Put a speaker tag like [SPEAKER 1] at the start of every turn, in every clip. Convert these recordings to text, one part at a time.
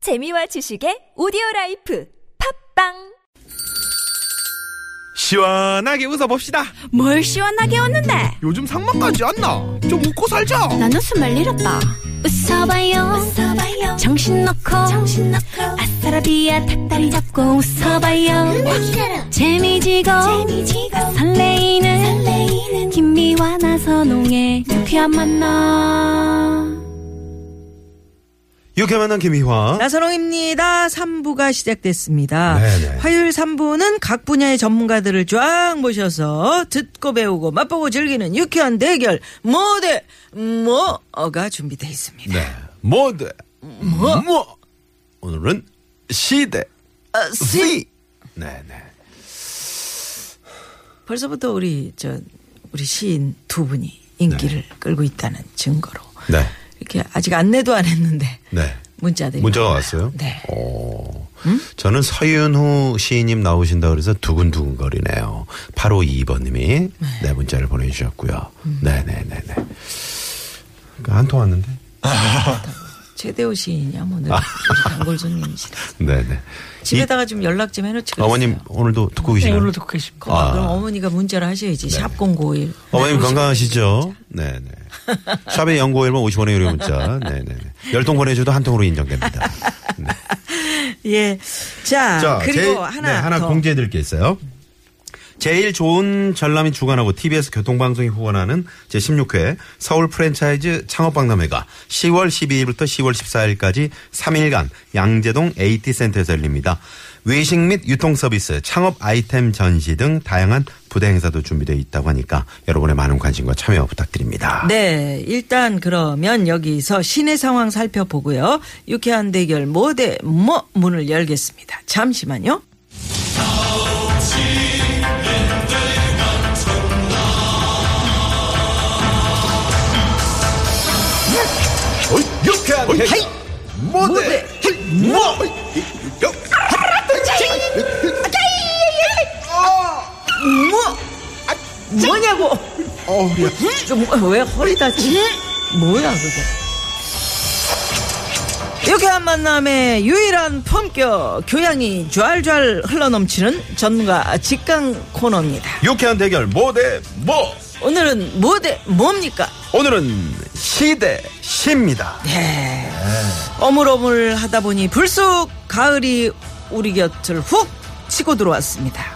[SPEAKER 1] 재미와 지식의 오디오 라이프 팝빵
[SPEAKER 2] 시원하게 웃어봅시다.
[SPEAKER 3] 뭘 시원하게 웃는데
[SPEAKER 2] 요즘 상만까지 안 나. 좀 웃고 살자.
[SPEAKER 3] 난 웃음을 잃었다 웃어봐요, 정신 놓고 아싸라비아 닭다리 잡고 웃어봐요 재미지고, 설레이는, 김미와 나선홍의 유쾌한 만남
[SPEAKER 2] 유쾌 만난 김희화.
[SPEAKER 4] 나선홍입니다. 3부가 시작됐습니다.
[SPEAKER 2] 네네.
[SPEAKER 4] 화요일 3부는 각 분야의 전문가들을 쫙 모셔서 듣고 배우고 맛보고 즐기는 유쾌한 대결 뭐대 뭐가 준비되어 있습니다.
[SPEAKER 2] 네. 뭐대. 뭐? 뭐. 오늘은 시대.
[SPEAKER 4] 아, 씨.
[SPEAKER 2] 시. 네네.
[SPEAKER 4] 벌써부터 우리 저 우리 시인 두 분이 인기를 끌고 있다는 증거로
[SPEAKER 2] 네.
[SPEAKER 4] 이렇게 아직 안내도 안 했는데
[SPEAKER 2] 네.
[SPEAKER 4] 문자들이
[SPEAKER 2] 문자가
[SPEAKER 4] 많아요.
[SPEAKER 2] 왔어요?
[SPEAKER 4] 네.
[SPEAKER 2] 오. 저는 서윤호 시인님 나오신다 그래서 두근두근거리네요. 852번님이 네 음. 문자를 보내주셨고요. 네네네네. 그 한 통 왔는데.
[SPEAKER 4] 최대호 시인이야 뭐 오늘
[SPEAKER 2] 아.
[SPEAKER 4] 우리 단골 손님이시라
[SPEAKER 2] 네네.
[SPEAKER 4] 집에다가 좀 연락 좀 해놓지
[SPEAKER 2] 이- 어머님 오늘도 듣고 계시나요?
[SPEAKER 4] 그럼,
[SPEAKER 2] 네. 아. 네.
[SPEAKER 4] 그럼 어머니가 문자를 하셔야지. 샵 공고일.
[SPEAKER 2] 어머님 건강하시죠? 네네. 샵의 연구 1번 50원의 유료 문자. 네네네. 열통 보내줘도 한 통으로 인정됩니다. 네.
[SPEAKER 4] 예. 자, 그리고
[SPEAKER 2] 제일-
[SPEAKER 4] 하나
[SPEAKER 2] 네, 하나
[SPEAKER 4] 더.
[SPEAKER 2] 공지해드릴 게 있어요. 제일 좋은 전람이 주관하고 TBS 교통방송이 후원하는 제16회 서울 프랜차이즈 창업박람회가 10월 12일부터 10월 14일까지 3일간 양재동 AT센터에서 열립니다. 외식 및 유통 서비스, 창업 아이템 전시 등 다양한 부대 행사도 준비되어 있다고 하니까 여러분의 많은 관심과 참여 부탁드립니다.
[SPEAKER 4] 네, 일단 그러면 여기서 시내 상황 살펴보고요. 유쾌한 대결 뭐대 뭐 문을 열겠습니다. 잠시만요.
[SPEAKER 2] 유쾌한
[SPEAKER 4] 하이! 뭐 모대.
[SPEAKER 2] 뭐 어!
[SPEAKER 4] 뭐
[SPEAKER 2] 아,
[SPEAKER 4] 뭐냐고? 음? 왜 허리 다치? 뭐야 그게? 유쾌한 만남의 유일한 품격 교양이 좔좔 흘러넘치는 전문가 직강 코너입니다.
[SPEAKER 2] 유쾌한 대결 뭐대뭐
[SPEAKER 4] 오늘은 뭐대 뭡니까?
[SPEAKER 2] 오늘은 시대 시입니다.
[SPEAKER 4] 예. 어물어물 하다 보니 불쑥 가을이 우리 곁을 훅 치고 들어왔습니다.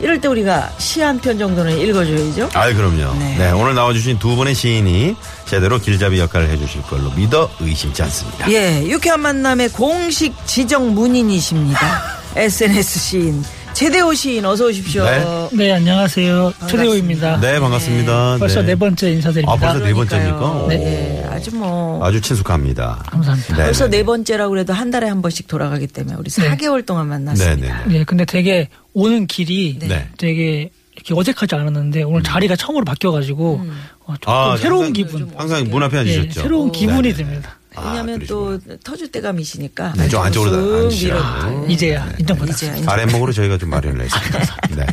[SPEAKER 4] 이럴 때 우리가 시 한 편 정도는 읽어줘야죠.
[SPEAKER 2] 아, 그럼요. 네.
[SPEAKER 4] 네.
[SPEAKER 2] 오늘 나와주신 두 분의 시인이 제대로 길잡이 역할을 해주실 걸로 믿어 의심치 않습니다.
[SPEAKER 4] 예, 유쾌한 만남의 공식 지정 문인이십니다. SNS 시인 최대호 시인 어서 오십시오.
[SPEAKER 2] 네.
[SPEAKER 5] 네, 안녕하세요. 최대호입니다.
[SPEAKER 2] 네, 반갑습니다.
[SPEAKER 5] 벌써 네. 번째 인사드립니다.
[SPEAKER 2] 아, 벌써 네
[SPEAKER 4] 그러니까요.
[SPEAKER 2] 번째입니까?
[SPEAKER 4] 네,
[SPEAKER 2] 오.
[SPEAKER 4] 아주 뭐
[SPEAKER 2] 아주 친숙합니다.
[SPEAKER 5] 감사합니다.
[SPEAKER 2] 네,
[SPEAKER 4] 벌써
[SPEAKER 2] 네.
[SPEAKER 4] 네 번째라고 그래도 한 달에 한 번씩 돌아가기 때문에 우리
[SPEAKER 5] 네.
[SPEAKER 4] 4개월 동안 만났습니다.
[SPEAKER 2] 네,
[SPEAKER 5] 예, 근데 되게 오는 길이
[SPEAKER 2] 네.
[SPEAKER 5] 되게 이렇게 어색하지 않았는데 오늘 자리가 처음으로 바뀌어가지고 어, 조금
[SPEAKER 2] 아,
[SPEAKER 5] 새로운
[SPEAKER 2] 항상-
[SPEAKER 5] 기분,
[SPEAKER 2] 항상 문 앞에
[SPEAKER 5] 예,
[SPEAKER 2] 앉으셨죠?
[SPEAKER 5] 새로운 기분이
[SPEAKER 2] 네. 네네네.
[SPEAKER 5] 듭니다.
[SPEAKER 2] 아,
[SPEAKER 4] 왜냐하면 또 터줏대감이시니까
[SPEAKER 2] 네, 좀 안쪽으로
[SPEAKER 4] 쑥
[SPEAKER 2] 앉으시라고.
[SPEAKER 4] 밀어붙여요.
[SPEAKER 2] 네.
[SPEAKER 5] 이제야
[SPEAKER 4] 네, 이제야
[SPEAKER 5] 인정받았습니다.
[SPEAKER 4] 인정.
[SPEAKER 2] 아랫목으로 저희가 좀 마련을 했습니다. 네.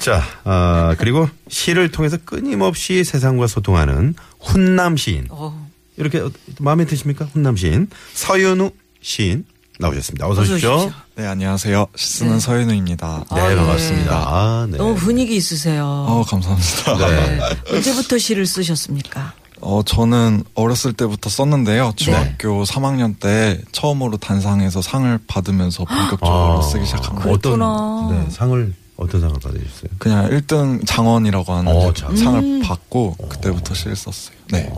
[SPEAKER 2] 자, 아, 그리고 시를 통해서 끊임없이 세상과 소통하는 훈남 시인.
[SPEAKER 4] 어,
[SPEAKER 2] 이렇게 어- 마음에 드십니까? 훈남 시인. 서윤우 시인 나오셨습니다. 어서
[SPEAKER 4] 어서
[SPEAKER 2] 오십시오.
[SPEAKER 4] 오십시오.
[SPEAKER 6] 네, 안녕하세요. 시스는 서윤우입니다.
[SPEAKER 2] 네,
[SPEAKER 4] 아, 네.
[SPEAKER 2] 반갑습니다. 아, 네.
[SPEAKER 4] 너무 분위기 있으세요.
[SPEAKER 6] 어, 감사합니다.
[SPEAKER 2] 네.
[SPEAKER 4] 언제부터 시를 쓰셨습니까?
[SPEAKER 6] 어, 저는 어렸을 때부터 썼는데요. 중학교 3학년 때 처음으로 단상에서 상을 받으면서 본격적으로 아, 쓰기 시작한
[SPEAKER 2] 어,
[SPEAKER 6] 거예요.
[SPEAKER 2] 아. 어떤 네, 상을 어떤 상을 받으셨어요?
[SPEAKER 6] 그냥 1등 장원이라고 하는
[SPEAKER 2] 어,
[SPEAKER 6] 이제
[SPEAKER 2] 장원.
[SPEAKER 6] 상을 받고 그때부터 시를 썼어요. 네.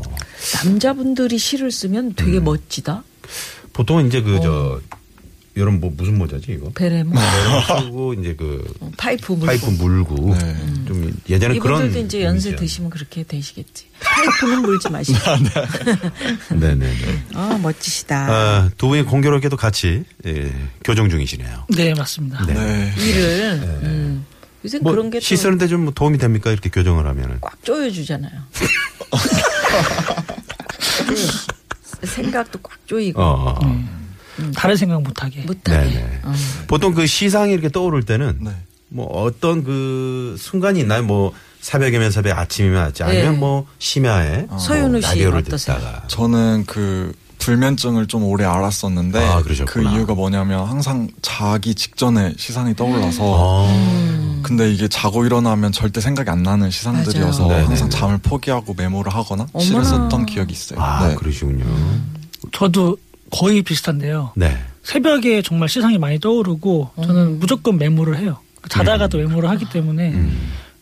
[SPEAKER 4] 남자분들이 시를 쓰면 되게
[SPEAKER 2] 음.
[SPEAKER 4] 멋지다.
[SPEAKER 2] 보통은 이제 그 저 이런 뭐 무슨 모자지 이거?
[SPEAKER 4] 베레모,
[SPEAKER 2] 배를 쓰고 이제 그
[SPEAKER 4] 파이프 물고.
[SPEAKER 2] 네. 파이프 물고
[SPEAKER 6] 네.
[SPEAKER 2] 좀 예전에 그런
[SPEAKER 4] 이분들도 이제 연세
[SPEAKER 2] 이미지였는데.
[SPEAKER 4] 드시면 그렇게 되시겠지. 파이프는 물지 마시고.
[SPEAKER 2] 네네네.
[SPEAKER 4] 아 멋지시다.
[SPEAKER 2] 아, 두 분이 공교롭게도 같이 예, 교정 중이시네요.
[SPEAKER 5] 네, 맞습니다.
[SPEAKER 2] 네.
[SPEAKER 6] 네.
[SPEAKER 4] 일을 음. 요새
[SPEAKER 2] 뭐
[SPEAKER 4] 그런 게
[SPEAKER 2] 시
[SPEAKER 4] 또 꽉
[SPEAKER 2] 쓰는데 좀 도움이 됩니까 이렇게 교정을 하면은?
[SPEAKER 4] 조여주잖아요. 생각도 꽉 조이고
[SPEAKER 2] 어. 어.
[SPEAKER 4] 음.
[SPEAKER 5] 다른 생각 못하게.
[SPEAKER 4] 못하게.
[SPEAKER 2] 네네.
[SPEAKER 4] 어.
[SPEAKER 2] 보통 그 시상이 이렇게 떠오를 때는
[SPEAKER 6] 네.
[SPEAKER 2] 뭐 어떤 그 순간이 있나요? 뭐 새벽이면 새벽, 아침이면 아침, 아니면
[SPEAKER 4] 네.
[SPEAKER 2] 뭐 심야에
[SPEAKER 4] 서윤우 씨
[SPEAKER 2] 라디오를
[SPEAKER 4] 어떠세요?
[SPEAKER 2] 듣다가
[SPEAKER 6] 저는 그 불면증을 좀 오래 앓았었는데
[SPEAKER 2] 아,
[SPEAKER 6] 그
[SPEAKER 2] 그러셨구나.
[SPEAKER 6] 이유가 뭐냐면 항상 자기 직전에 시상이 떠올라서
[SPEAKER 2] 아,
[SPEAKER 6] 근데 이게 자고 일어나면 절대 생각이 안 나는 시상들이어서
[SPEAKER 2] 맞아요.
[SPEAKER 6] 항상 잠을 포기하고 메모를 하거나 시를 썼던 기억이 있어요.
[SPEAKER 2] 아,
[SPEAKER 6] 네.
[SPEAKER 2] 그러시군요.
[SPEAKER 5] 저도 거의 비슷한데요.
[SPEAKER 2] 네.
[SPEAKER 5] 새벽에 정말 시상이 많이 떠오르고
[SPEAKER 4] 음.
[SPEAKER 5] 저는 무조건 메모를 해요. 자다가도 메모를 하기 때문에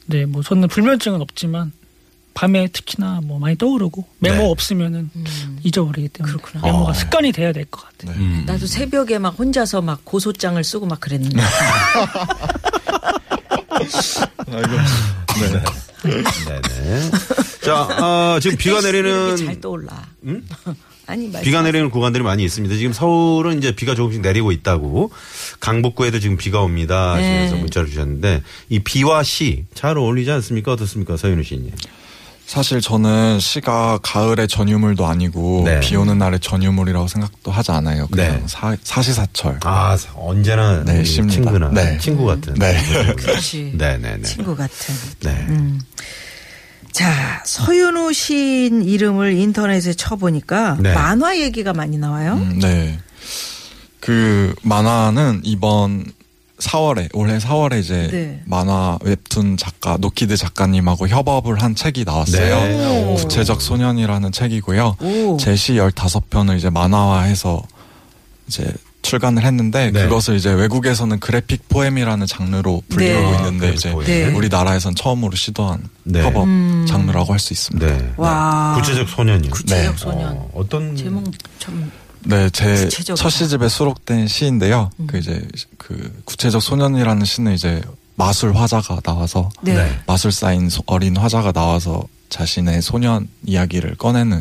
[SPEAKER 5] 네 뭐 저는 불면증은 없지만 밤에 특히나 뭐 많이 떠오르고 메모
[SPEAKER 2] 네.
[SPEAKER 5] 없으면은 잊어버리기 때문에
[SPEAKER 4] 음. 그렇구나.
[SPEAKER 5] 메모가
[SPEAKER 2] 어.
[SPEAKER 5] 습관이 돼야 될 것 같아요.
[SPEAKER 2] 음.
[SPEAKER 4] 나도 새벽에 막 혼자서 막 고소장을 쓰고 막 그랬는데.
[SPEAKER 6] 아, 네.
[SPEAKER 2] 네네. 자, 아, 지금 비가
[SPEAKER 4] 이렇게
[SPEAKER 2] 내리는
[SPEAKER 4] 잘 떠올라. 아니 말씀.
[SPEAKER 2] 비가 내리는 구간들이 많이 있습니다. 지금 서울은 이제 비가 조금씩 내리고 있다고 강북구에도 지금 비가 옵니다 하시면서
[SPEAKER 4] 네.
[SPEAKER 2] 문자를 주셨는데 이 비와 시 잘 어울리지 않습니까? 어떻습니까? 서윤우 씨님.
[SPEAKER 6] 사실 저는 시가 가을의 전유물도 아니고
[SPEAKER 2] 네.
[SPEAKER 6] 비 오는 날의 전유물이라고 생각도 하지 않아요. 그냥
[SPEAKER 2] 네.
[SPEAKER 6] 사, 사시사철.
[SPEAKER 2] 아, 언제나
[SPEAKER 6] 네,
[SPEAKER 2] 이
[SPEAKER 6] 쉽니다.
[SPEAKER 2] 친구나
[SPEAKER 6] 네.
[SPEAKER 2] 친구 같은.
[SPEAKER 6] 네.
[SPEAKER 4] 그렇지.
[SPEAKER 2] 네, 네, 네.
[SPEAKER 4] 친구 음. 같은.
[SPEAKER 2] 네.
[SPEAKER 4] 자 서윤우 시인 이름을 인터넷에 쳐보니까
[SPEAKER 2] 네.
[SPEAKER 4] 만화 얘기가 많이 나와요.
[SPEAKER 6] 음, 네. 그 만화는 이번 4월에 올해 4월에 이제
[SPEAKER 4] 네.
[SPEAKER 6] 만화 웹툰 작가 노키드 작가님하고 협업을 한 책이 나왔어요.
[SPEAKER 2] 네. 오.
[SPEAKER 6] 구체적 소년이라는 책이고요.
[SPEAKER 4] 오.
[SPEAKER 6] 제시 15편을 이제 만화화해서 이제 출간을 했는데
[SPEAKER 2] 네.
[SPEAKER 6] 그것을 이제 외국에서는 그래픽 포엠이라는 장르로 불리고
[SPEAKER 4] 네.
[SPEAKER 6] 있는데
[SPEAKER 2] 아, 그래픽
[SPEAKER 6] 이제
[SPEAKER 2] 포엠.
[SPEAKER 4] 네. 음.
[SPEAKER 6] 우리나라에선 처음으로 시도한
[SPEAKER 2] 네.
[SPEAKER 6] 협업 장르라고 할 수 있습니다.
[SPEAKER 2] 네.
[SPEAKER 6] 네,
[SPEAKER 2] 네.
[SPEAKER 4] 와.
[SPEAKER 2] 구체적 소년이요.
[SPEAKER 4] 구체적 소년.
[SPEAKER 2] 어, 어떤
[SPEAKER 4] 제목 네. 참
[SPEAKER 6] 네, 제
[SPEAKER 4] 구체적이다.
[SPEAKER 6] 첫 시집에 수록된 시인데요.
[SPEAKER 4] 음.
[SPEAKER 6] 그 이제 그 구체적 소년이라는 시는 이제 마술 화자가 나와서
[SPEAKER 4] 네.
[SPEAKER 2] 네.
[SPEAKER 6] 마술사인 소- 어린 화자가 나와서 자신의 소년 이야기를 꺼내는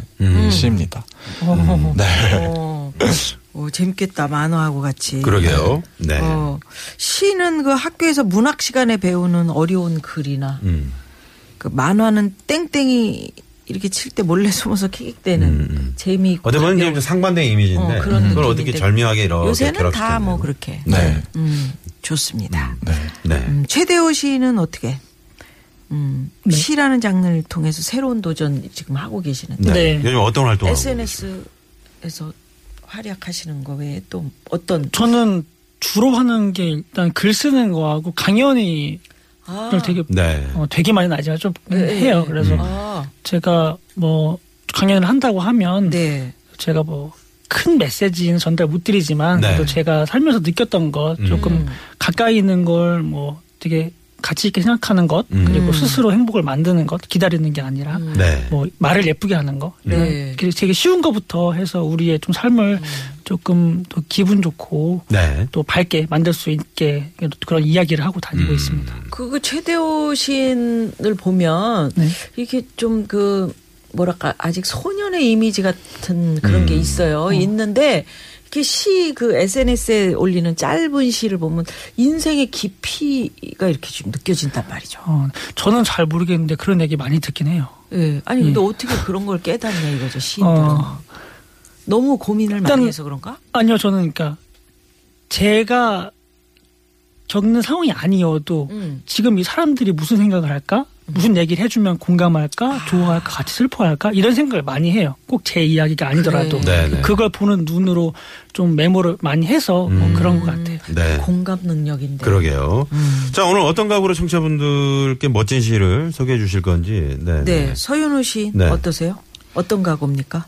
[SPEAKER 6] 시입니다.
[SPEAKER 4] 어,
[SPEAKER 6] 네.
[SPEAKER 4] 어, 어, 재밌겠다 만화하고 같이.
[SPEAKER 2] 그러게요. 네.
[SPEAKER 4] 어, 시는 그 학교에서 문학 시간에 배우는 어려운 글이나
[SPEAKER 2] 음.
[SPEAKER 4] 그 만화는 땡땡이 이렇게 칠 때 몰래 숨어서 킥킥대는
[SPEAKER 2] 음, 음.
[SPEAKER 4] 재미있고
[SPEAKER 2] 어떻게 보면
[SPEAKER 4] 가벼운
[SPEAKER 2] 이제 상반된 이미지인데
[SPEAKER 4] 어, 그런
[SPEAKER 2] 그걸
[SPEAKER 4] 느낌인데
[SPEAKER 2] 어떻게 절묘하게 이렇게
[SPEAKER 4] 요새는 다
[SPEAKER 2] 결합시켰네요.
[SPEAKER 4] 뭐 그렇게
[SPEAKER 6] 네.
[SPEAKER 4] 음, 좋습니다.
[SPEAKER 6] 네.
[SPEAKER 2] 네.
[SPEAKER 4] 음, 최대호 시인은 어떻게 음,
[SPEAKER 5] 네.
[SPEAKER 4] 시라는 장르를 통해서 새로운 도전 지금 하고 계시는데
[SPEAKER 2] 네.
[SPEAKER 5] 네.
[SPEAKER 2] 요즘 어떤 활동을 하고 계십니까?
[SPEAKER 4] SNS에서 활약하시는 거 외에 또 어떤
[SPEAKER 5] 저는 주로 하는 게 일단 글 쓰는 거하고 강연이
[SPEAKER 4] 아,
[SPEAKER 5] 를 되게
[SPEAKER 2] 네.
[SPEAKER 5] 어, 되게 많이 나지만 좀
[SPEAKER 4] 네,
[SPEAKER 5] 해요.
[SPEAKER 4] 네.
[SPEAKER 5] 그래서
[SPEAKER 4] 아,
[SPEAKER 5] 제가 뭐 강연을 한다고 하면
[SPEAKER 4] 네.
[SPEAKER 5] 제가 뭐 큰 메시지는 전달 못 드리지만
[SPEAKER 2] 네. 음.
[SPEAKER 5] 그래도 제가 살면서 느꼈던 것 조금 가까이 있는 걸 뭐 되게 가치 있게 생각하는 것
[SPEAKER 2] 음.
[SPEAKER 5] 그리고 스스로 행복을 만드는 것 기다리는 게 아니라
[SPEAKER 2] 네.
[SPEAKER 5] 뭐 말을 예쁘게 하는 거
[SPEAKER 2] 음.
[SPEAKER 5] 이런
[SPEAKER 4] 네.
[SPEAKER 5] 게 되게 쉬운 것부터 해서 우리의 좀 삶을 조금 더 기분 좋고
[SPEAKER 2] 네.
[SPEAKER 5] 또 밝게 만들 수 있게 그런 이야기를 하고
[SPEAKER 2] 음,
[SPEAKER 5] 다니고 있습니다.
[SPEAKER 4] 그그 최대호 시인을 보면
[SPEAKER 5] 네.
[SPEAKER 4] 이렇게 좀 그 뭐랄까 아직 소년의 이미지 같은 그런 게 음. 있어요. 있는데 이렇게 시 그 SNS에 올리는 짧은 시를 보면 인생의 깊이가 이렇게 좀 느껴진단 말이죠.
[SPEAKER 5] 어, 저는 잘 모르겠는데 그런 얘기 많이 듣긴 해요.
[SPEAKER 4] 예. 아니 근데 어떻게 그런 걸 깨닫냐 이거죠 시인들은.
[SPEAKER 5] 어.
[SPEAKER 4] 너무 고민을 많이
[SPEAKER 5] 일단은-
[SPEAKER 4] 해서 그런가?
[SPEAKER 5] 아니요, 저는 그러니까 제가 겪는 상황이 아니어도
[SPEAKER 4] 음.
[SPEAKER 5] 지금 이 사람들이 무슨 생각을 할까? 무슨 얘기를 해주면 공감할까? 좋아할까? 같이 슬퍼할까? 이런 생각을 많이 해요. 꼭 제 이야기가 아니더라도
[SPEAKER 2] 그래. 네네.
[SPEAKER 5] 그걸 보는 눈으로 좀 메모를 많이 해서
[SPEAKER 2] 음.
[SPEAKER 5] 뭐 그런 것 같아요.
[SPEAKER 2] 네.
[SPEAKER 4] 공감 능력인데.
[SPEAKER 2] 그러게요. 자, 오늘 어떤 각오로 청취자분들께 멋진 시를 소개해 주실 건지. 네.
[SPEAKER 4] 네. 서윤호 시인
[SPEAKER 2] 네.
[SPEAKER 4] 어떠세요? 어떤 각오입니까?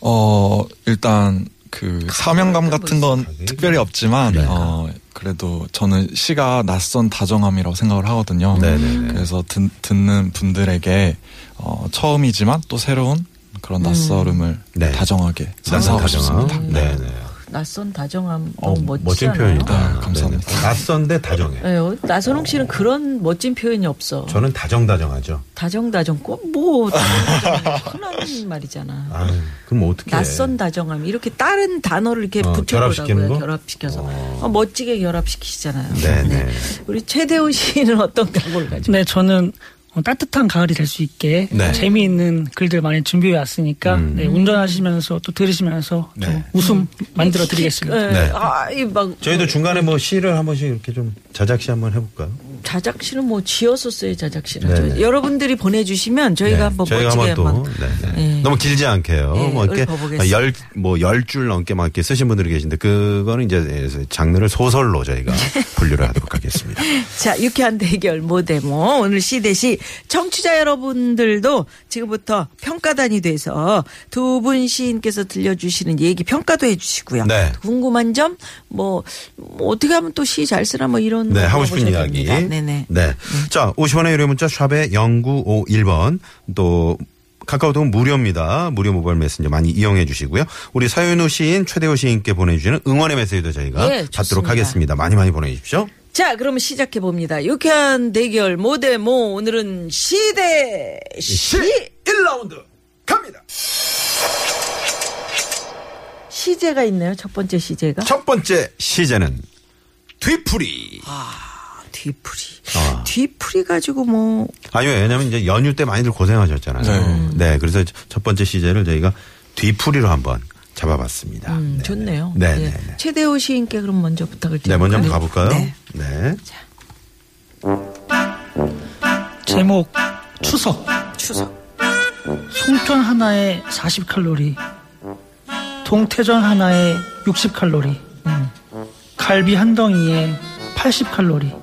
[SPEAKER 6] 어, 일단 그 사명감 같은 건 특별히 없지만
[SPEAKER 2] 네.
[SPEAKER 6] 어, 그래도 저는 시가 낯선 다정함이라고 생각을 하거든요.
[SPEAKER 2] 네네네.
[SPEAKER 6] 그래서 듣, 는 분들에게 어, 처음이지만 또 새로운 그런 낯설음을
[SPEAKER 2] 네.
[SPEAKER 6] 다정하게
[SPEAKER 2] 낯선
[SPEAKER 6] 선사하고
[SPEAKER 2] 다정함.
[SPEAKER 6] 싶습니다.
[SPEAKER 2] 네, 네.
[SPEAKER 4] 낯선 다정함
[SPEAKER 2] 어,
[SPEAKER 4] 너무 멋지지
[SPEAKER 2] 멋진
[SPEAKER 4] 않아요?
[SPEAKER 2] 표현이다.
[SPEAKER 6] 아, 감사합니다.
[SPEAKER 2] 네네. 낯선데 다정해.
[SPEAKER 4] 예, 어, 나선홍 씨는 그런 멋진 표현이 없어.
[SPEAKER 2] 저는 다정다정하죠.
[SPEAKER 4] 다정다정 꼭뭐 다정다정 흔한 말이잖아.
[SPEAKER 2] 아, 그럼 어떻게
[SPEAKER 4] 낯선 다정함 이렇게 다른 단어를 이렇게
[SPEAKER 2] 어, 결합시키는 거?
[SPEAKER 4] 붙여보라고요. 결합시켜서 어, 멋지게 결합시키시잖아요.
[SPEAKER 2] 네네.
[SPEAKER 4] 우리 최대훈 씨는 어떤 각오를 가지고?
[SPEAKER 5] 네, 저는 어, 따뜻한 가을이 될 수 있게
[SPEAKER 2] 네.
[SPEAKER 5] 재미있는 글들 많이 준비해 왔으니까
[SPEAKER 2] 음.
[SPEAKER 5] 네, 운전하시면서 또 들으시면서 좀
[SPEAKER 2] 네.
[SPEAKER 5] 웃음 만들어 드리겠습니다.
[SPEAKER 2] 네.
[SPEAKER 4] 아이막
[SPEAKER 2] 저희도 중간에 뭐 시를 한 번씩 이렇게 좀 자작시 한번 해볼까요?
[SPEAKER 4] 자작시는 뭐 지었었어요 자작시는
[SPEAKER 2] 네네.
[SPEAKER 4] 저- 여러분들이 보내주시면 저희가
[SPEAKER 2] 네,
[SPEAKER 4] 한번
[SPEAKER 2] 저희가
[SPEAKER 4] 멋지게
[SPEAKER 2] 한번 또
[SPEAKER 4] 한번
[SPEAKER 2] 네, 네.
[SPEAKER 4] 예.
[SPEAKER 2] 너무 길지 않게요.
[SPEAKER 4] 예,
[SPEAKER 2] 뭐 이렇게
[SPEAKER 4] 읊어보겠습니다.
[SPEAKER 2] 열뭐열줄 넘게 막 이렇게 쓰신 분들이 계신데 그거는 이제 장르를 소설로 저희가
[SPEAKER 4] 네.
[SPEAKER 2] 분류를 하도록 하겠습니다.
[SPEAKER 4] 자, 유쾌한 대결 모데모. 오늘 시대시 청취자 여러분들도 지금부터 평가단이 돼서 두 분 시인께서 들려주시는 얘기 평가도 해주시고요.
[SPEAKER 2] 네.
[SPEAKER 4] 궁금한 점, 뭐, 뭐 어떻게 하면 또 시 잘 쓰나 뭐 이런.
[SPEAKER 2] 네,
[SPEAKER 4] 거
[SPEAKER 2] 하고 싶은
[SPEAKER 4] 물어보셔도
[SPEAKER 2] 이야기.
[SPEAKER 4] 됩니다. 네네. 음.
[SPEAKER 2] 네. 자, 50원의 유료 문자 샵에 0951번 또 카카오톡은 무료입니다. 무료 모바일 메신저 많이 이용해 주시고요. 우리 서윤우 시인, 최대호 시인께 보내주시는 응원의 메시지도 저희가
[SPEAKER 4] 예,
[SPEAKER 2] 받도록
[SPEAKER 4] 좋습니다.
[SPEAKER 2] 하겠습니다. 많이 많이 보내주십시오.
[SPEAKER 4] 자, 그럼 시작해 봅니다. 유쾌한 대결 모데모. 오늘은 시대시.
[SPEAKER 2] 1라운드 갑니다.
[SPEAKER 4] 시제가 있네요. 첫 번째 시제가.
[SPEAKER 2] 첫 번째 시제는 뒤풀이.
[SPEAKER 4] 뒤풀이.
[SPEAKER 2] 아.
[SPEAKER 4] 뒤풀이 가지고 뭐.
[SPEAKER 2] 아니요, 왜냐면 이제 연휴 때 많이들 고생하셨잖아요. 네. 그래서 첫 번째 시제를 저희가 뒤풀이로 한번 잡아봤습니다.
[SPEAKER 4] 음,
[SPEAKER 2] 네.
[SPEAKER 4] 좋네요.
[SPEAKER 2] 네,
[SPEAKER 4] 예.
[SPEAKER 2] 네, 네.
[SPEAKER 4] 최대호 시인께 그럼 먼저 부탁을 드립니다.
[SPEAKER 2] 네, 먼저 한번 가볼까요?
[SPEAKER 4] 네.
[SPEAKER 2] 네.
[SPEAKER 5] 제목 추석
[SPEAKER 2] 어?
[SPEAKER 4] 추석.
[SPEAKER 5] 송편 하나에 40칼로리 동태전 하나에 60칼로리 음, 갈비 한 덩이에 80칼로리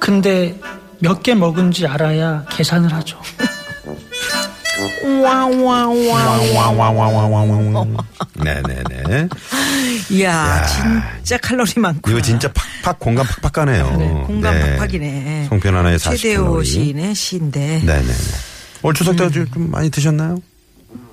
[SPEAKER 5] 근데 몇 개 먹은지 알아야 계산을 하죠
[SPEAKER 2] 네네네.
[SPEAKER 4] 이야, 진짜 칼로리 많고.
[SPEAKER 2] 이거 진짜 팍팍 공간 팍팍 가네요.
[SPEAKER 4] 네, 공간 팍팍이네.
[SPEAKER 2] 송편 하나에 40.
[SPEAKER 4] 최대호 시인의 시인데.
[SPEAKER 2] 네네네. 올 추석 때 좀 많이 드셨나요?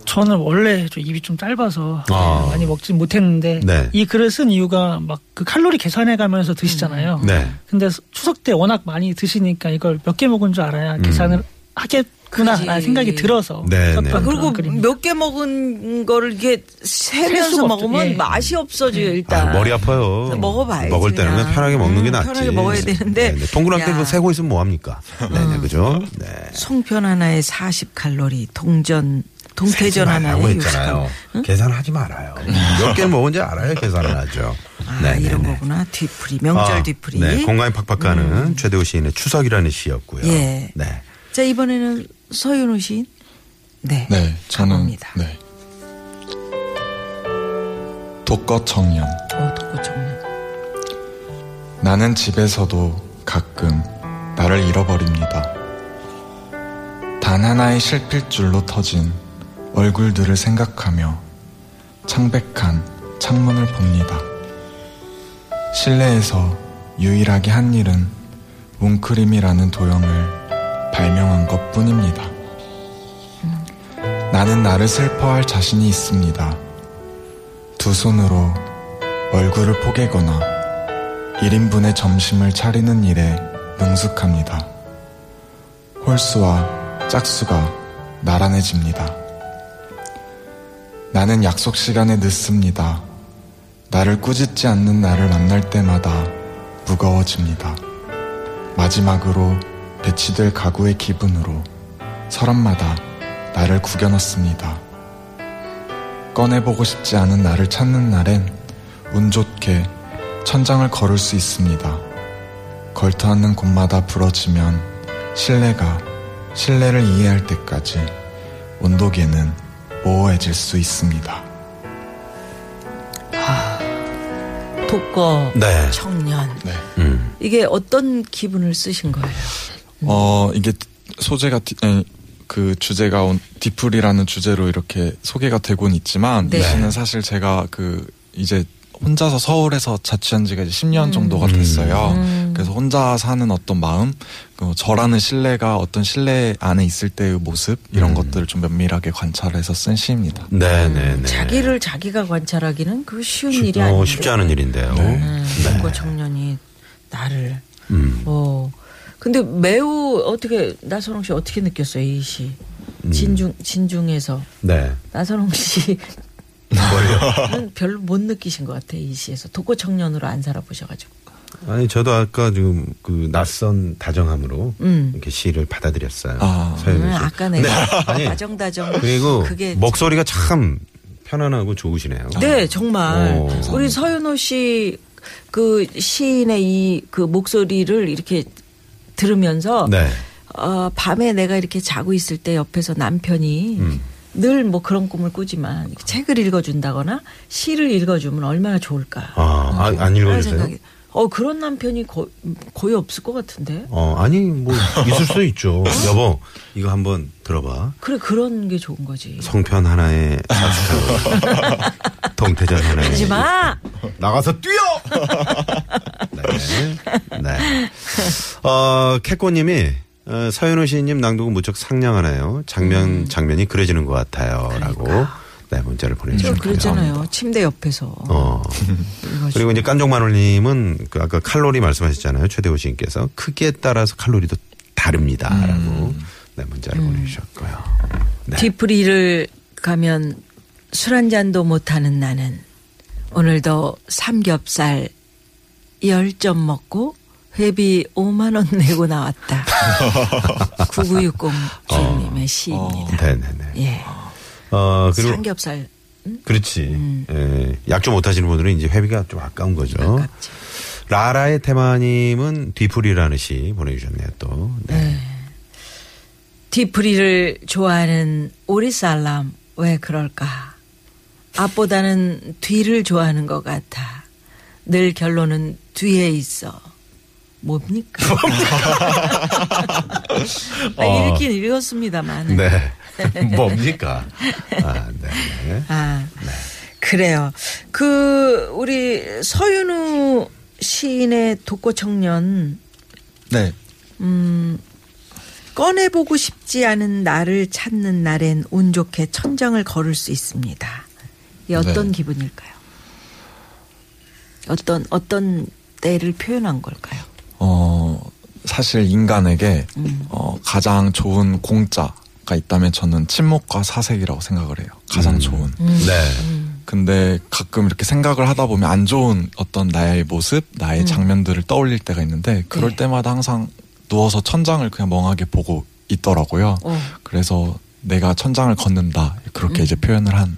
[SPEAKER 5] 저는 원래 좀 입이 좀 짧아서
[SPEAKER 2] 아.
[SPEAKER 5] 많이 먹지 못했는데
[SPEAKER 2] 네.
[SPEAKER 5] 이 글을 쓴 이유가 막 그 칼로리 계산해 가면서 드시잖아요
[SPEAKER 2] 네.
[SPEAKER 5] 근데 수- 추석 때 워낙 많이 드시니까 이걸 몇 개 먹은 줄 알아야 계산을 하겠구나라는
[SPEAKER 4] 그지.
[SPEAKER 5] 생각이 들어서
[SPEAKER 2] 음. 네,
[SPEAKER 5] 썼던
[SPEAKER 2] 네.
[SPEAKER 4] 아, 그리고
[SPEAKER 5] 그런 글입니다.
[SPEAKER 4] 몇 개 먹은 거를 이게 세면서
[SPEAKER 5] 수가 없죠.
[SPEAKER 4] 먹으면
[SPEAKER 5] 예.
[SPEAKER 4] 맛이 없어져요, 일단.
[SPEAKER 2] 아, 머리 아파요.
[SPEAKER 4] 먹어봐야지,
[SPEAKER 2] 먹을 때는
[SPEAKER 4] 그냥.
[SPEAKER 2] 편하게 먹는 게
[SPEAKER 4] 음,
[SPEAKER 2] 낫지.
[SPEAKER 4] 편하게 먹어야 되는데.
[SPEAKER 2] 네네. 동그랗게
[SPEAKER 4] 야.
[SPEAKER 2] 그거 세고 있으면 뭐 합니까? 네네 그죠? 네.
[SPEAKER 4] 송편 하나에 40칼로리, 동전, 동태전 하나에
[SPEAKER 2] 하고
[SPEAKER 4] 60칼로리.
[SPEAKER 2] 있잖아요. 계산하지 말아요. 몇 개를 먹은지 알아야 계산을 하죠.
[SPEAKER 4] 아,
[SPEAKER 2] 네네네.
[SPEAKER 4] 이런 거구나. 뒤풀이, 명절
[SPEAKER 2] 아,
[SPEAKER 4] 뒤풀이. 음.
[SPEAKER 2] 네, 공간이 팍팍 가는 최대호 시인의 추석이라는 시였고요.
[SPEAKER 4] 예.
[SPEAKER 2] 네.
[SPEAKER 4] 자, 이번에는 서윤호 시인. 네.
[SPEAKER 6] 네, 저는
[SPEAKER 4] 가봅니다.
[SPEAKER 6] 네. 독거 청년.
[SPEAKER 4] 어, 독고 청년.
[SPEAKER 6] 나는 집에서도 가끔 나를 잃어버립니다. 단 하나의 실핏줄로 터진 얼굴들을 생각하며 창백한 창문을 봅니다. 실내에서 유일하게 한 일은 웅크림이라는 도형을 발명한 것 뿐입니다. 나는 나를 슬퍼할 자신이 있습니다. 두 손으로 얼굴을 포개거나 1인분의 점심을 차리는 일에 능숙합니다. 홀수와 짝수가 나란해집니다. 나는 약속 시간에 늦습니다. 나를 꾸짖지 않는 나를 만날 때마다 무거워집니다. 마지막으로 배치될 가구의 기분으로 사람마다 나를 구겨넣습니다. 꺼내보고 싶지 않은 나를 찾는 날엔 운 좋게 천장을 걸을 수 있습니다. 걸터앉는 곳마다 부러지면 실내가 실내를 이해할 때까지 온도계는 모호해질 수 있습니다.
[SPEAKER 4] 독거
[SPEAKER 2] 네.
[SPEAKER 4] 청년.
[SPEAKER 6] 네.
[SPEAKER 2] 음.
[SPEAKER 4] 이게 어떤 기분을 쓰신 거예요?
[SPEAKER 6] 어 이게 소재가 디- 아니, 그 주제가 온- 디풀이라는 주제로 이렇게 소개가 되곤 있지만
[SPEAKER 4] 네.
[SPEAKER 6] 이 시는 사실 제가 그 이제 혼자서 서울에서 자취한 지가 이제 10년 정도가 됐어요. 그래서 혼자 사는 어떤 마음, 그 저라는 실내가 어떤 실내 안에 있을 때의 모습 이런 것들을 좀 면밀하게 관찰해서 쓴 시입니다.
[SPEAKER 2] 네네네.
[SPEAKER 4] 음, 자기를 자기가 관찰하기는 그 쉬운 일이
[SPEAKER 2] 쉽,
[SPEAKER 4] 아닌데.
[SPEAKER 2] 어, 쉽지 않은 일인데요. 네.
[SPEAKER 4] 음, 독거 청년이 나를.
[SPEAKER 2] 음.
[SPEAKER 4] 어. 근데 매우 어떻게 나선홍 씨 어떻게 느꼈어요 이 시?
[SPEAKER 2] 음.
[SPEAKER 4] 진중 진중에서
[SPEAKER 2] 네.
[SPEAKER 4] 나선홍 씨는 별로 못 느끼신 것 같아 이 시에서 독거 청년으로 안 살아보셔가지고.
[SPEAKER 2] 아니 저도 아까 지금 그 낯선 다정함으로
[SPEAKER 4] 음.
[SPEAKER 2] 이렇게 시를 받아들였어요.
[SPEAKER 6] 아.
[SPEAKER 2] 서현우
[SPEAKER 4] 음,
[SPEAKER 2] 씨.
[SPEAKER 4] 아까 내가
[SPEAKER 2] 네, 아니,
[SPEAKER 4] 다정다정
[SPEAKER 2] 그리고
[SPEAKER 4] 그게
[SPEAKER 2] 목소리가 참 편안하고 좋으시네요.
[SPEAKER 4] 네 정말
[SPEAKER 2] 오.
[SPEAKER 4] 우리 서윤호 씨 그 시인의 이 그 목소리를 이렇게 들으면서
[SPEAKER 2] 네.
[SPEAKER 4] 어, 밤에 내가 이렇게 자고 있을 때 옆에서 남편이
[SPEAKER 2] 음.
[SPEAKER 4] 늘 뭐 그런 꿈을 꾸지만 이렇게 책을 읽어준다거나 시를 읽어주면 얼마나 좋을까.
[SPEAKER 2] 아, 안- 안
[SPEAKER 4] 그런
[SPEAKER 2] 읽어주세요?
[SPEAKER 4] 생각이- 어 그런 남편이 거, 거의 없을 것 같은데.
[SPEAKER 2] 어, 아니, 뭐, 있을 수도 있죠. 여보, 이거 한번 들어봐.
[SPEAKER 4] 그래 그런 게 좋은 거지.
[SPEAKER 2] 성편 하나에 사축하고, 동태전 하나에.
[SPEAKER 4] 하지 마.
[SPEAKER 2] 음. 나가서 뛰어! 네. 네. 어, 캐꼬님이, 어, 서현우 시인님 낭독은 무척 상냥하네요. 장면,
[SPEAKER 4] 음.
[SPEAKER 2] 장면이 그려지는 것 같아요. 라고, 네, 문자를
[SPEAKER 4] 제가
[SPEAKER 2] 보내주셨고요.
[SPEAKER 4] 그러니까. 그랬잖아요. 침대 옆에서.
[SPEAKER 2] 어. 그리고 이제 깐종마늘님은 그 아까 칼로리 말씀하셨잖아요. 최대호 시인께서. 크기에 따라서 칼로리도 다릅니다. 라고, 네, 문자를 보내주셨고요. 네.
[SPEAKER 4] 뒤풀이를 가면 술 한 잔도 못하는 나는 오늘도 삼겹살 열 점 먹고 회비 5만 원 내고 나왔다. 9960
[SPEAKER 2] 어.
[SPEAKER 4] 주인님의 시입니다.
[SPEAKER 2] 네네네.
[SPEAKER 4] 예.
[SPEAKER 2] 어, 그리고.
[SPEAKER 4] 삼겹살
[SPEAKER 2] 그렇지. 예. 약조 못하시는 분들은 이제 회비가 좀 아까운 거죠.
[SPEAKER 4] 아깝지.
[SPEAKER 2] 라라의 테마님은 뒤풀이라는 시 보내주셨네요, 또. 네.
[SPEAKER 4] 뒤풀이를 좋아하는 우리 사람 왜 그럴까? 앞보다는 뒤를 좋아하는 것 같아. 늘 결론은 뒤에 있어. 뭡니까? 아,
[SPEAKER 2] 어.
[SPEAKER 4] 읽긴 읽었습니다만.
[SPEAKER 2] 네. 뭡니까? 아, 네. 네.
[SPEAKER 4] 아, 그래요. 그, 우리 서윤우 시인의 독거 청년
[SPEAKER 6] 네.
[SPEAKER 4] 꺼내보고 싶지 않은 나를 찾는 날엔 운 좋게 천장을 걸을 수 있습니다. 이게 어떤
[SPEAKER 6] 네.
[SPEAKER 4] 기분일까요? 어떤 어떤 때를 표현한 걸까요?
[SPEAKER 6] 어, 사실 인간에게 어, 가장 좋은 공짜가 있다면 저는 침묵과 사색이라고 생각을 해요. 가장 좋은.
[SPEAKER 2] 네.
[SPEAKER 6] 근데 가끔 이렇게 생각을 하다 보면 안 좋은 어떤 나의 모습, 나의 장면들을 떠올릴 때가 있는데 그럴
[SPEAKER 4] 음. 네.
[SPEAKER 6] 때마다 항상 누워서 천장을 그냥 멍하게 보고 있더라고요.
[SPEAKER 4] 어. 음.
[SPEAKER 6] 그래서 내가 천장을 걷는다 그렇게 이제 표현을 한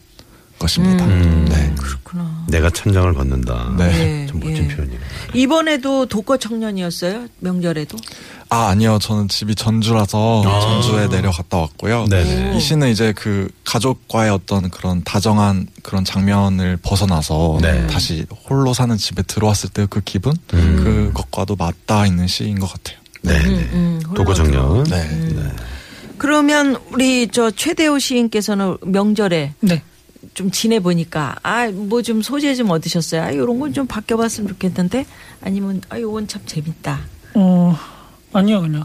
[SPEAKER 6] 것입니다.
[SPEAKER 2] 음.
[SPEAKER 6] 네.
[SPEAKER 4] 그렇구나.
[SPEAKER 2] 내가 천장을 걷는다.
[SPEAKER 6] 네.
[SPEAKER 4] 예,
[SPEAKER 2] 참 멋진
[SPEAKER 4] 예.
[SPEAKER 2] 표현이네요.
[SPEAKER 4] 이번에도 독거 청년이었어요. 명절에도.
[SPEAKER 6] 아 아니요 저는 집이 전주라서 전주에 내려갔다 왔고요.
[SPEAKER 2] 아. 네네.
[SPEAKER 6] 이 시는 이제 그 가족과의 어떤 그런 다정한 그런 장면을 벗어나서
[SPEAKER 2] 네.
[SPEAKER 6] 다시 홀로 사는 집에 들어왔을 때 그 기분
[SPEAKER 2] 음.
[SPEAKER 6] 그것과도 맞닿아 있는 시인 것 같아요.
[SPEAKER 2] 네. 네.
[SPEAKER 4] 음,
[SPEAKER 2] 도고 정년.
[SPEAKER 6] 네.
[SPEAKER 2] 음.
[SPEAKER 4] 그러면 우리 저 최대호 시인께서는 명절에
[SPEAKER 5] 네.
[SPEAKER 4] 좀 지내보니까 아 뭐 좀 소재 좀 얻으셨어요? 아 이런 건 좀 바뀌어봤으면 좋겠는데 아니면 아 요건 참 재밌다.
[SPEAKER 5] 어, 아니요, 그냥.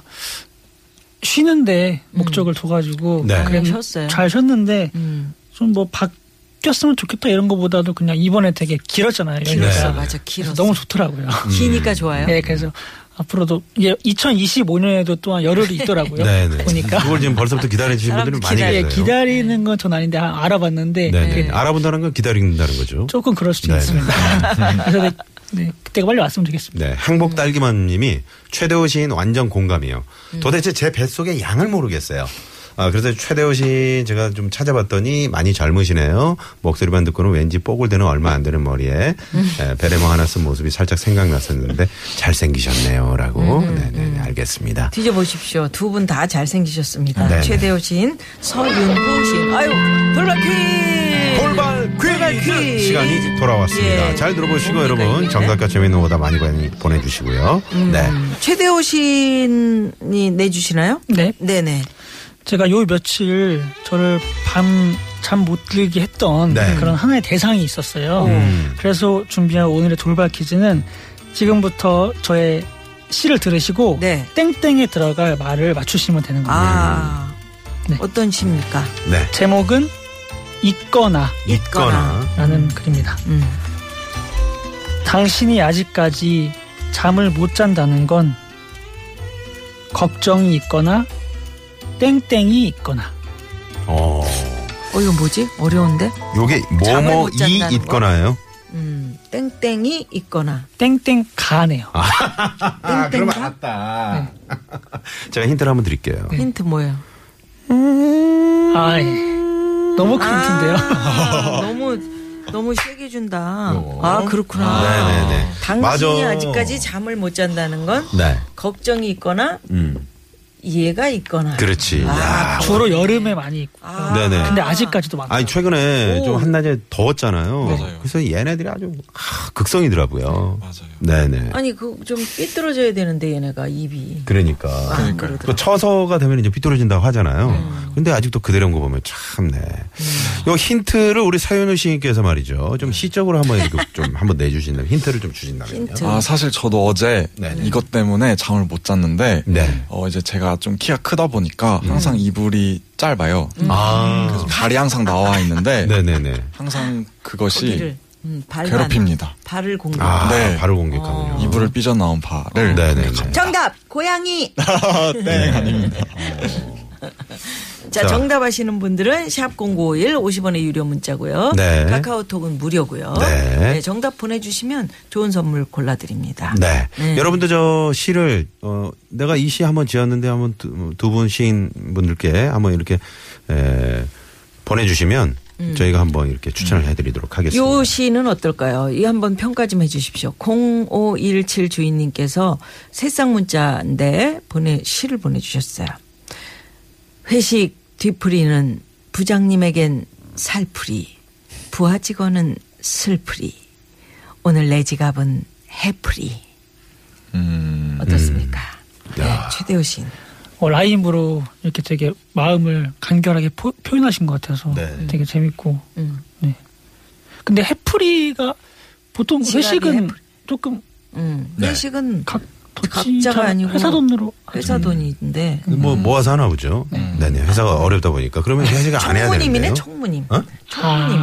[SPEAKER 5] 쉬는데 목적을 둬가지고.
[SPEAKER 2] 네.
[SPEAKER 5] 그냥
[SPEAKER 4] 그냥 쉬었어요?
[SPEAKER 5] 잘 쉬었는데,
[SPEAKER 4] 음.
[SPEAKER 5] 좀 뭐 바뀌었으면 좋겠다 이런 거보다도 그냥 이번에 되게 길었잖아요.
[SPEAKER 4] 길었어
[SPEAKER 5] 연휴가.
[SPEAKER 4] 맞아
[SPEAKER 5] 그래서
[SPEAKER 4] 길었어.
[SPEAKER 5] 너무 좋더라고요.
[SPEAKER 4] 기니까 좋아요.
[SPEAKER 5] 네, 그래서 앞으로도 이게 2025년에도 또한 열흘이 있더라고요.
[SPEAKER 2] 네네.
[SPEAKER 5] 보니까.
[SPEAKER 2] 그걸 지금 벌써부터 기다리시는 분들이
[SPEAKER 4] 사람들
[SPEAKER 2] 많이
[SPEAKER 4] 기다려,
[SPEAKER 5] 예,
[SPEAKER 2] 계세요.
[SPEAKER 5] 기다리는 건 전 아닌데 아- 알아봤는데
[SPEAKER 2] 네네.
[SPEAKER 5] 그게
[SPEAKER 2] 알아본다는 건 기다린다는 거죠.
[SPEAKER 5] 조금 그럴 수도
[SPEAKER 2] 네네.
[SPEAKER 5] 있습니다. 그래서 네, 네, 그때가 빨리 왔으면 좋겠습니다.
[SPEAKER 2] 네, 항복 딸기맘 님이 최대호 시인 완전 공감이에요.
[SPEAKER 5] 음.
[SPEAKER 2] 도대체 제 뱃속의 양을 모르겠어요. 아, 그래서 최대호 시인 제가 좀 찾아봤더니 많이 젊으시네요. 목소리만 듣고는 왠지 뽀글대는 얼마 안 되는 머리에 에, 베레모 하나 쓴 모습이 살짝 생각났었는데 잘생기셨네요. 라고.
[SPEAKER 5] 음.
[SPEAKER 2] 네네, 알겠습니다.
[SPEAKER 4] 뒤져보십시오. 두 분 다 잘생기셨습니다.
[SPEAKER 2] 네.
[SPEAKER 4] 최대호 시인, 서윤구 시인. 아유, 돌발 퀴즈!
[SPEAKER 2] 돌발 퀴즈
[SPEAKER 4] 퀴즈!
[SPEAKER 2] 시간이 돌아왔습니다.
[SPEAKER 4] 예.
[SPEAKER 2] 잘 들어보시고
[SPEAKER 4] 뭡니까,
[SPEAKER 2] 여러분
[SPEAKER 4] 이게?
[SPEAKER 2] 정답과 재미있는 오다 많이 많이 보내주시고요. 네.
[SPEAKER 4] 최대호 시인이 내주시나요?
[SPEAKER 5] 네.
[SPEAKER 4] 네네.
[SPEAKER 5] 제가 요 며칠 저를 밤 잠 못 들게 했던
[SPEAKER 2] 네.
[SPEAKER 5] 그런 하나의 대상이 있었어요.
[SPEAKER 2] 음.
[SPEAKER 5] 그래서 준비한 오늘의 돌발 퀴즈는 지금부터 저의 시를 들으시고
[SPEAKER 4] 네.
[SPEAKER 5] 땡땡에 들어갈 말을 맞추시면 되는 겁니다.
[SPEAKER 4] 아,
[SPEAKER 5] 네.
[SPEAKER 4] 어떤 시입니까?
[SPEAKER 2] 네.
[SPEAKER 5] 제목은 있거나
[SPEAKER 2] 있거나.
[SPEAKER 5] 라는 글입니다.
[SPEAKER 4] 음.
[SPEAKER 5] 당신이 아직까지 잠을 못 잔다는 건 걱정이 있거나 땡땡이 있거나
[SPEAKER 2] 어.
[SPEAKER 4] 어, 이거 뭐지? 어려운데?
[SPEAKER 2] 요게
[SPEAKER 4] 잠을
[SPEAKER 2] 뭐뭐
[SPEAKER 4] 못 잔다는
[SPEAKER 2] 이
[SPEAKER 4] 거?
[SPEAKER 2] 있거나요?
[SPEAKER 4] 음, 땡땡이 있거나.
[SPEAKER 5] 땡땡 가네요.
[SPEAKER 2] 아,
[SPEAKER 4] 그럼
[SPEAKER 2] 알았다. 네. 제가 힌트를 한번 드릴게요.
[SPEAKER 4] 힌트 뭐예요?
[SPEAKER 5] 아, 예. 너무 큰 힌트인데요.
[SPEAKER 4] 아, 너무 너무 세게 준다.
[SPEAKER 6] 요거.
[SPEAKER 4] 아 그렇구나.
[SPEAKER 2] 네네네.
[SPEAKER 4] 당신이
[SPEAKER 2] 맞아.
[SPEAKER 4] 아직까지 잠을 못 잔다는 건
[SPEAKER 2] 네.
[SPEAKER 4] 걱정이 있거나
[SPEAKER 2] 음.
[SPEAKER 4] 이해가 있거나.
[SPEAKER 2] 그렇지. 야.
[SPEAKER 5] 주로 여름에 많이 입고.
[SPEAKER 4] 아,
[SPEAKER 2] 아, 네. 네네.
[SPEAKER 5] 근데 아직까지도 많다.
[SPEAKER 2] 아니 최근에
[SPEAKER 4] 오.
[SPEAKER 2] 좀 한낮에 더웠잖아요.
[SPEAKER 6] 맞아요.
[SPEAKER 2] 그래서 얘네들이 아주 아, 극성이더라고요.
[SPEAKER 6] 맞아요.
[SPEAKER 2] 네네.
[SPEAKER 4] 아니 그 좀 삐뚤어져야 되는데 얘네가 입이. 아,
[SPEAKER 2] 그러니까.
[SPEAKER 4] 안
[SPEAKER 2] 또
[SPEAKER 6] 그러니까요.
[SPEAKER 4] 그러더라.
[SPEAKER 2] 처서가 되면 이제 삐뚤어진다고 하잖아요.
[SPEAKER 4] 네.
[SPEAKER 2] 근데 아직도 그대로인 거 보면 참네. 요 힌트를 우리 서윤우 시인께서 말이죠. 좀 시적으로 한번 이렇게 좀 한번 내주신다면 힌트를 좀 주신다면요.
[SPEAKER 4] 네. 힌트.
[SPEAKER 6] 아 사실 저도 어제
[SPEAKER 2] 네네.
[SPEAKER 6] 이것 때문에 잠을 못 잤는데
[SPEAKER 2] 네.
[SPEAKER 6] 어 이제 제가 좀 키가 크다 보니까
[SPEAKER 2] 음.
[SPEAKER 6] 항상 이불이 짧아요.
[SPEAKER 2] 아.
[SPEAKER 6] 그래서 발이 항상 나와 있는데
[SPEAKER 2] 네네네.
[SPEAKER 6] 항상 그것이
[SPEAKER 4] 거기를 음, 발만
[SPEAKER 6] 괴롭힙니다.
[SPEAKER 4] 발을 공격.
[SPEAKER 2] 아,
[SPEAKER 6] 네.
[SPEAKER 2] 바로 공격하군요.
[SPEAKER 6] 이불을 삐져나온 발을
[SPEAKER 2] 네네네.
[SPEAKER 4] 정답 고양이.
[SPEAKER 6] 네,
[SPEAKER 4] 자,
[SPEAKER 2] 자.
[SPEAKER 4] 정답 아시는 분들은 샵 0951 50원의 유료 문자고요.
[SPEAKER 2] 네.
[SPEAKER 4] 카카오톡은 무료고요.
[SPEAKER 2] 네.
[SPEAKER 4] 정답 보내주시면 좋은 선물 골라드립니다.
[SPEAKER 2] 네.
[SPEAKER 4] 네.
[SPEAKER 2] 여러분도 저 시를, 어, 내가 이 시 한번 지었는데 한번 두 분 시인 분들께 한번 이렇게, 에, 보내주시면 저희가 한번 이렇게 추천을 해드리도록 하겠습니다.
[SPEAKER 4] 음. 요 시는 어떨까요? 이 한번 평가 좀 해주십시오. 0517 주인님께서 새싹 문자인데 보내 시를 보내주셨어요. 회식 뒤풀이는 부장님에겐 살풀이, 부하 직원은 슬풀이, 오늘 내 지갑은 해풀이.
[SPEAKER 6] 음,
[SPEAKER 4] 어떻습니까?
[SPEAKER 2] 음.
[SPEAKER 4] 네, 최대호 씨.
[SPEAKER 5] 어, 라임으로 이렇게 되게 마음을 간결하게 포- 표현하신 것 같아서
[SPEAKER 2] 네.
[SPEAKER 5] 되게 재밌고.
[SPEAKER 4] 음.
[SPEAKER 5] 네. 근데 해프리가 보통
[SPEAKER 4] 지갑이
[SPEAKER 5] 회식은
[SPEAKER 4] 해프리.
[SPEAKER 5] 조금
[SPEAKER 4] 음,
[SPEAKER 2] 네.
[SPEAKER 4] 회식은
[SPEAKER 5] 각
[SPEAKER 4] 각자가
[SPEAKER 5] 도치자
[SPEAKER 4] 아니고
[SPEAKER 5] 회사 돈으로
[SPEAKER 4] 회사
[SPEAKER 2] 음.
[SPEAKER 4] 돈인데
[SPEAKER 2] 뭐 모아서 하나 보죠. 네네.
[SPEAKER 4] 아.
[SPEAKER 2] 회사가 어렵다 보니까 그러면 회식을 안 해야
[SPEAKER 4] 총무님이네
[SPEAKER 2] 되는데요.
[SPEAKER 4] 총무님.
[SPEAKER 2] 어?
[SPEAKER 4] 총무님.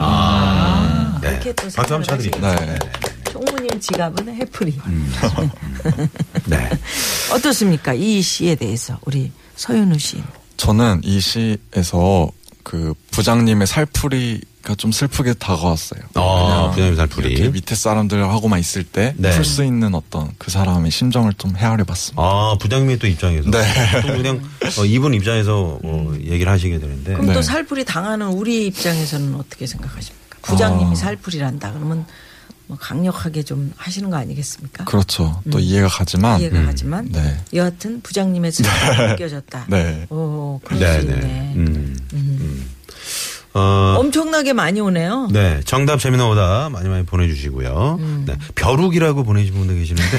[SPEAKER 2] 네.
[SPEAKER 4] 이렇게 또
[SPEAKER 2] 박수 한번
[SPEAKER 4] 생각을
[SPEAKER 2] 쳐드립니다.
[SPEAKER 6] 네.
[SPEAKER 4] 총무님 지갑은 해프리.
[SPEAKER 2] 네.
[SPEAKER 4] 어떻습니까? 이 씨에 대해서 우리 서윤우 씨.
[SPEAKER 6] 저는 이 시에서 그 부장님의 살풀이가 좀 슬프게 다가왔어요.
[SPEAKER 2] 어, 부장님
[SPEAKER 6] 이렇게
[SPEAKER 2] 살풀이.
[SPEAKER 6] 밑에 사람들하고만 있을 때 풀
[SPEAKER 2] 네.
[SPEAKER 6] 수 있는 어떤 그 사람의 심정을 좀 헤아려 봤습니다.
[SPEAKER 2] 아, 부장님의 또 입장에서.
[SPEAKER 6] 네.
[SPEAKER 2] 또 그냥 어, 이분 입장에서 어, 얘기를 하시게 되는데.
[SPEAKER 4] 그럼
[SPEAKER 6] 네.
[SPEAKER 4] 또 살풀이 당하는 우리 입장에서는 어떻게 생각하십니까? 부장님이
[SPEAKER 6] 아.
[SPEAKER 4] 살풀이란다 그러면 뭐 강력하게 좀 하시는 거 아니겠습니까?
[SPEAKER 6] 그렇죠. 또 이해가
[SPEAKER 4] 음.
[SPEAKER 6] 가지만
[SPEAKER 2] 음.
[SPEAKER 4] 이해가 가지만
[SPEAKER 6] 네.
[SPEAKER 4] 여하튼 부장님의 슬픔이 느껴졌다.
[SPEAKER 6] 네.
[SPEAKER 4] 오, 그럴 수
[SPEAKER 2] 네. 네네.
[SPEAKER 4] 있네.
[SPEAKER 2] 음. 음. 어,
[SPEAKER 4] 엄청나게 많이 오네요.
[SPEAKER 2] 네, 정답 재미나 오다 많이 많이 보내주시고요.
[SPEAKER 4] 음.
[SPEAKER 2] 네, 벼룩이라고 보내신 분도 계시는데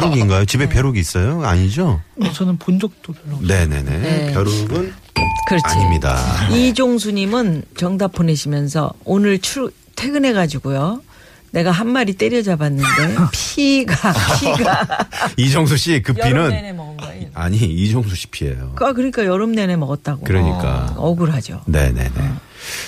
[SPEAKER 2] 벼룩인가요? 집에 벼룩이 있어요? 아니죠?
[SPEAKER 5] 네, 저는 본 적도 별로 없어요.
[SPEAKER 2] 네네네.
[SPEAKER 4] 네.
[SPEAKER 2] 벼룩은
[SPEAKER 4] 그렇지.
[SPEAKER 2] 아닙니다.
[SPEAKER 4] 네.
[SPEAKER 2] 네.
[SPEAKER 4] 이종수님은 정답 보내시면서 오늘 출 퇴근해 가지고요. 내가 한 마리 때려잡았는데 피가 피가
[SPEAKER 2] 이정수 씨 그
[SPEAKER 4] 여름 내내
[SPEAKER 2] 피는
[SPEAKER 4] 먹은 거예요.
[SPEAKER 2] 아니 이정수 씨 피예요.
[SPEAKER 4] 아, 그러니까 여름 내내 먹었다고. 어,
[SPEAKER 2] 그러니까.
[SPEAKER 4] 억울하죠.
[SPEAKER 2] 네네네.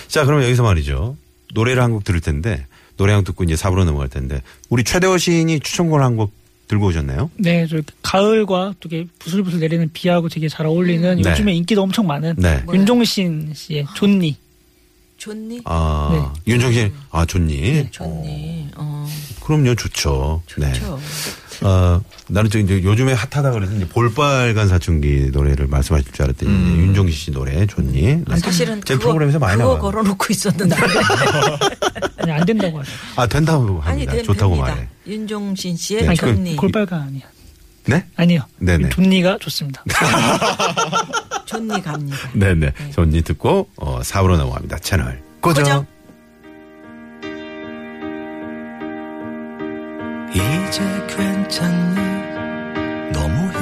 [SPEAKER 2] 자, 그럼 여기서 말이죠. 노래를 한 곡 들을 텐데 노래 한 곡 듣고 이제 4부로 넘어갈 텐데 우리 최대호 시인이 추천곡을 한 곡 들고 오셨네요.
[SPEAKER 5] 네, 저 가을과 되게 부슬부슬 내리는 비하고 되게 잘 어울리는
[SPEAKER 2] 네.
[SPEAKER 5] 요즘에 인기도 엄청 많은
[SPEAKER 2] 네.
[SPEAKER 5] 윤종신 씨의 존니.
[SPEAKER 4] 좋니?
[SPEAKER 2] 아, 윤정신, 아, 좋니?
[SPEAKER 4] 네. 좋니? 어,
[SPEAKER 2] 그럼요, 좋죠.
[SPEAKER 4] 좋죠.
[SPEAKER 2] 네. 어, 나는 저 이제 요즘에 핫하다 그래서 이제 볼빨간 사춘기 노래를 말씀하실 줄 알았더니
[SPEAKER 4] 음.
[SPEAKER 2] 이제 윤종신 씨 노래 좋니? 네.
[SPEAKER 4] 사실은
[SPEAKER 2] 제
[SPEAKER 4] 그거,
[SPEAKER 2] 프로그램에서 많이
[SPEAKER 4] 그거
[SPEAKER 2] 나와요.
[SPEAKER 4] 걸어놓고 있었는데
[SPEAKER 5] 아니, 안 된다고 하죠.
[SPEAKER 2] 아, 된다고
[SPEAKER 4] 아니
[SPEAKER 2] 합니다.
[SPEAKER 4] 된
[SPEAKER 2] 좋다고
[SPEAKER 4] 됩니다.
[SPEAKER 2] 말해.
[SPEAKER 4] 윤종신 씨의
[SPEAKER 2] 네,
[SPEAKER 5] 아니,
[SPEAKER 2] 그-
[SPEAKER 4] 좋니?
[SPEAKER 5] 그 골빨가 아니야.
[SPEAKER 2] 네?
[SPEAKER 5] 아니요.
[SPEAKER 2] 네네.
[SPEAKER 5] 존니가 좋습니다.
[SPEAKER 4] 좋니 갑니다.
[SPEAKER 2] 네네. 좋니 듣고, 어, 4부로 넘어갑니다. 채널. 고정.
[SPEAKER 4] 고정.
[SPEAKER 7] 이제 괜찮니? 너무 그